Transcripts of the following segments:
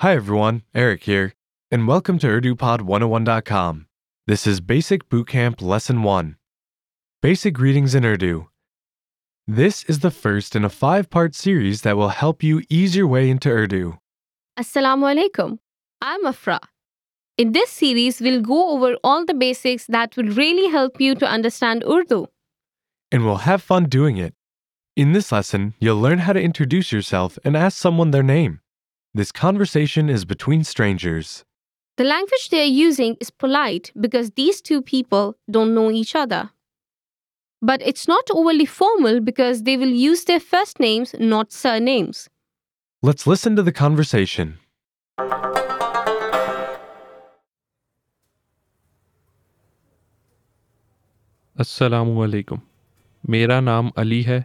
Hi everyone, Eric here, and welcome to UrduPod101.com. This is Basic Bootcamp Lesson 1 Basic Readings in Urdu. This is the first in a five part series that will help you ease your way into Urdu. Assalamu alaikum. I'm Afra. In this series, we'll go over all the basics that will really help you to understand Urdu. and we'll have fun doing it. In this lesson, you'll learn how to introduce yourself and ask someone their name. This conversation is between strangers. The language they are using is polite because these two people don't know each other. But it's not overly formal because they will use their first names, not surnames. Let's listen to the conversation. असलकुम मेरा नाम अली है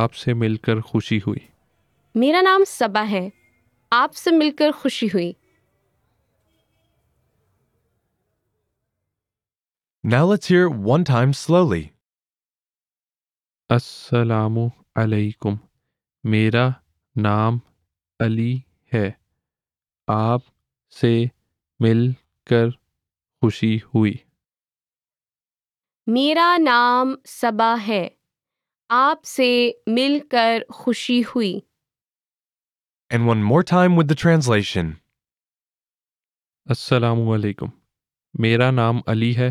आपसे मिलकर खुशी हुई मेरा नाम सबा है आपसे मिलकर खुशी हुई Now let's hear it one time slowly. असलकुम मेरा नाम अली है आपसे मिलकर खुशी हुई मेरा नाम सबा है आपसे मिलकर खुशी हुई And one more time with the translation. असलकुम मेरा नाम अली है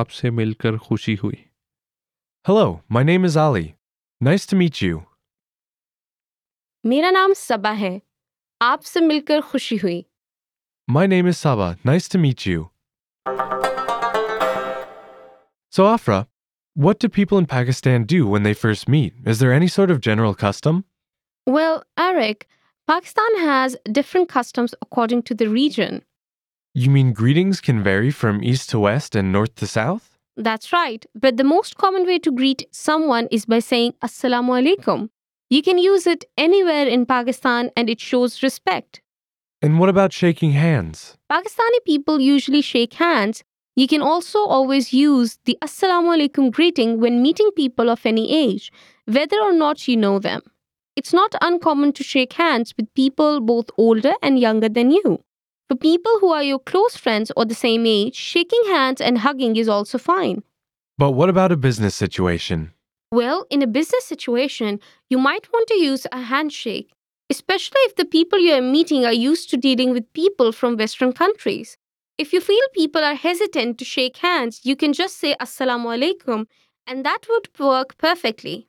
आपसे मिलकर खुशी हुई Hello, my name is Ali. Nice to meet you. मेरा नाम सबा है आपसे मिलकर खुशी हुई My name is Saba. Nice to meet you. So, Afra, what do people in Pakistan do when they first meet? Is there any sort of general custom? Well, Eric, Pakistan has different customs according to the region. You mean greetings can vary from east to west and north to south? That's right, but the most common way to greet someone is by saying Assalamu alaikum. You can use it anywhere in Pakistan and it shows respect. And what about shaking hands? Pakistani people usually shake hands. You can also always use the Assalamu alaikum greeting when meeting people of any age, whether or not you know them. It's not uncommon to shake hands with people both older and younger than you. For people who are your close friends or the same age, shaking hands and hugging is also fine. But what about a business situation? Well, in a business situation, you might want to use a handshake, especially if the people you are meeting are used to dealing with people from Western countries. If you feel people are hesitant to shake hands, you can just say Assalamu alaikum, and that would work perfectly.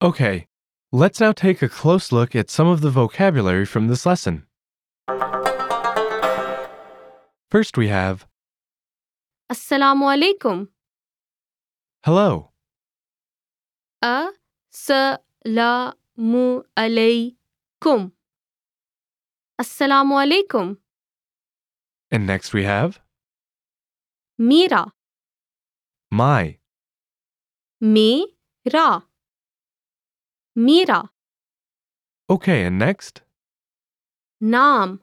Okay, let's now take a close look at some of the vocabulary from this lesson. First, we have Assalamu alaikum. hello. Assalamu alaikum. Assalamu alaikum. And next, we have Mera. my. Mera. Mera. Okay, and next, Naam.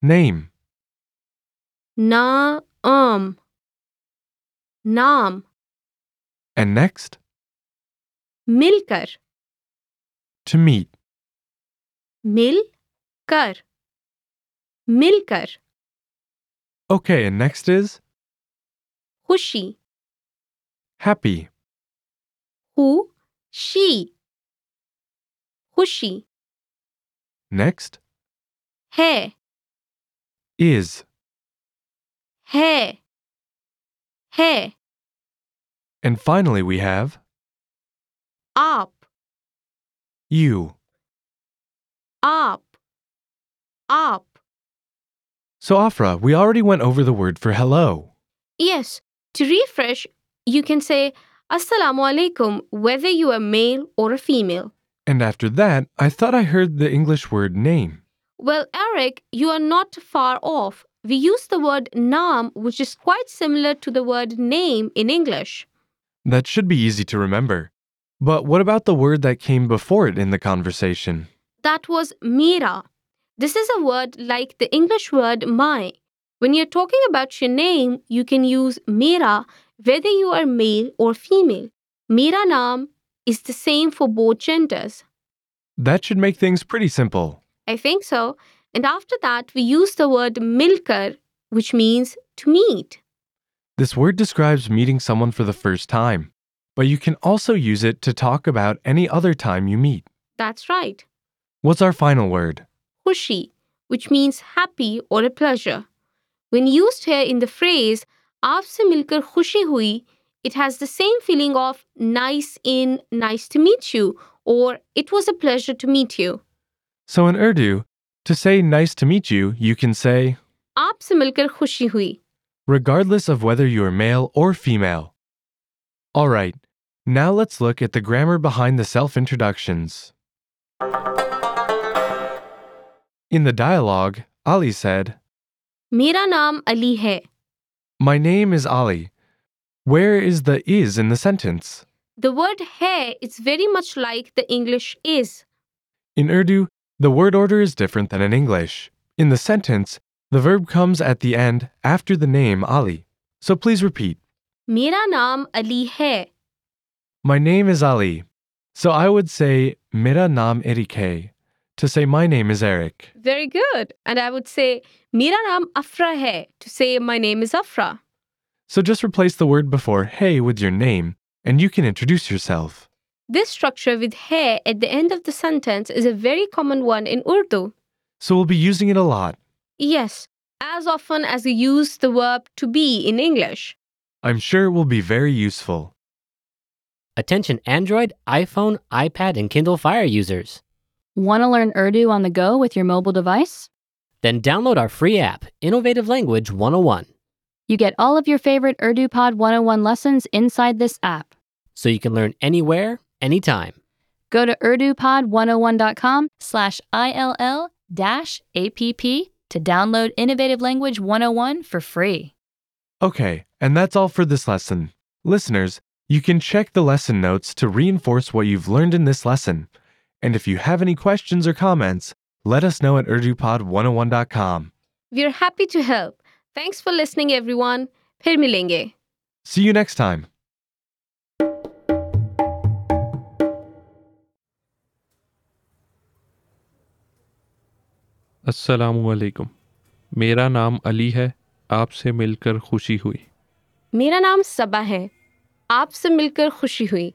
name. Naam. Naam. And next, Milkar. to meet. Milkar. Milkar. Okay, and next is Khushi. happy. Who? She. Khushi. Next Hai. is. Hai. Hai. And finally, we have Aap. you. Aap. Aap. So, Afra, we already went over the word for hello. Yes. To refresh, you can say Assalamu alaikum whether you are male or a female. And after that, I thought I heard the English word name. Well, Eric, you are not far off. We use the word naam, which is quite similar to the word name in English. That should be easy to remember. But what about the word that came before it in the conversation? That was mera. This is a word like the English word my. When you're talking about your name, you can use mera whether you are male or female. Mera naam is the same for both genders. That should make things pretty simple. I think so. And after that, we use the word milkar, which means to meet. This word describes meeting someone for the first time, but you can also use it to talk about any other time you meet. That's right, What's our final word? khushi, which means happy or a pleasure. When used here in the phrase aapse milkar khushi hui, it has the same feeling of nice in nice to meet you or it was a pleasure to meet you. So in Urdu, to say nice to meet you, you can say, aapse milkar khushi hui. regardless of whether you are male or female. All right, now let's look at the grammar behind the self introductions. In the dialogue, Ali said, Mera naam Ali hai. My name is Ali. Where is the is in the sentence? The word hai is very much like the English is. In Urdu, the word order is different than in English. In the sentence, the verb comes at the end after the name Ali. So please repeat. Mera naam Ali hai. My name is Ali. So I would say Mera naam Erik hai to say my name is Eric. Very good. And I would say Mera naam Afra hai to say my name is Afra. So just replace the word before hey with your name and you can introduce yourself. This structure with hai at the end of the sentence is a very common one in Urdu. So we'll be using it a lot. Yes, as often as we use the verb to be in English. I'm sure it will be very useful. Attention Android, iPhone, iPad, and Kindle Fire users. Want to learn Urdu on the go with your mobile device? Then download our free app, Innovative Language 101, You get all of your favorite UrduPod 101 lessons inside this app. so you can learn anywhere, anytime. Go to urdupod101.com slash ILL dash APP to download Innovative Language 101 for free. Okay, and that's all for this lesson. Listeners, you can check the lesson notes to reinforce what you've learned in this lesson. And if you have any questions or comments, let us know at urdupod101.com. We're happy to help. Thanks for listening, everyone. Phir milenge. See you next time. अस्सलाम वालेकुम मेरा नाम अली है आपसे मिलकर खुशी हुई मेरा नाम सबा है आपसे मिलकर खुशी हुई